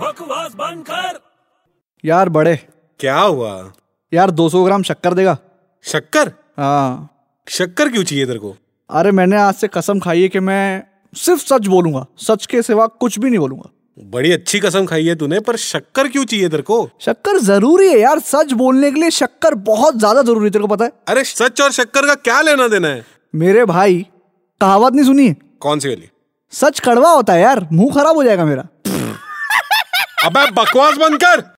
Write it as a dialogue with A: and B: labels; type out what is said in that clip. A: बकवास बंद कर
B: यार बड़े
C: क्या हुआ
B: यार 200 ग्राम शक्कर देगा
C: शक्कर
B: हाँ
C: शक्कर क्यों चाहिए तेरे को
B: अरे मैंने आज से कसम खाई है कि मैं सिर्फ सच बोलूंगा सच के सिवा कुछ भी नहीं बोलूंगा
C: बड़ी अच्छी कसम खाई है तूने पर शक्कर क्यों चाहिए तेरे को
B: शक्कर जरूरी है यार सच बोलने के लिए शक्कर बहुत ज्यादा जरूरी है तेरे को पता है
C: अरे सच और शक्कर का क्या लेना देना है
B: मेरे भाई कहावत नहीं सुनी है
C: कौन सी वाली
B: सच कड़वा होता है यार मुंह खराब हो जाएगा मेरा
C: अबे बकवास बंद कर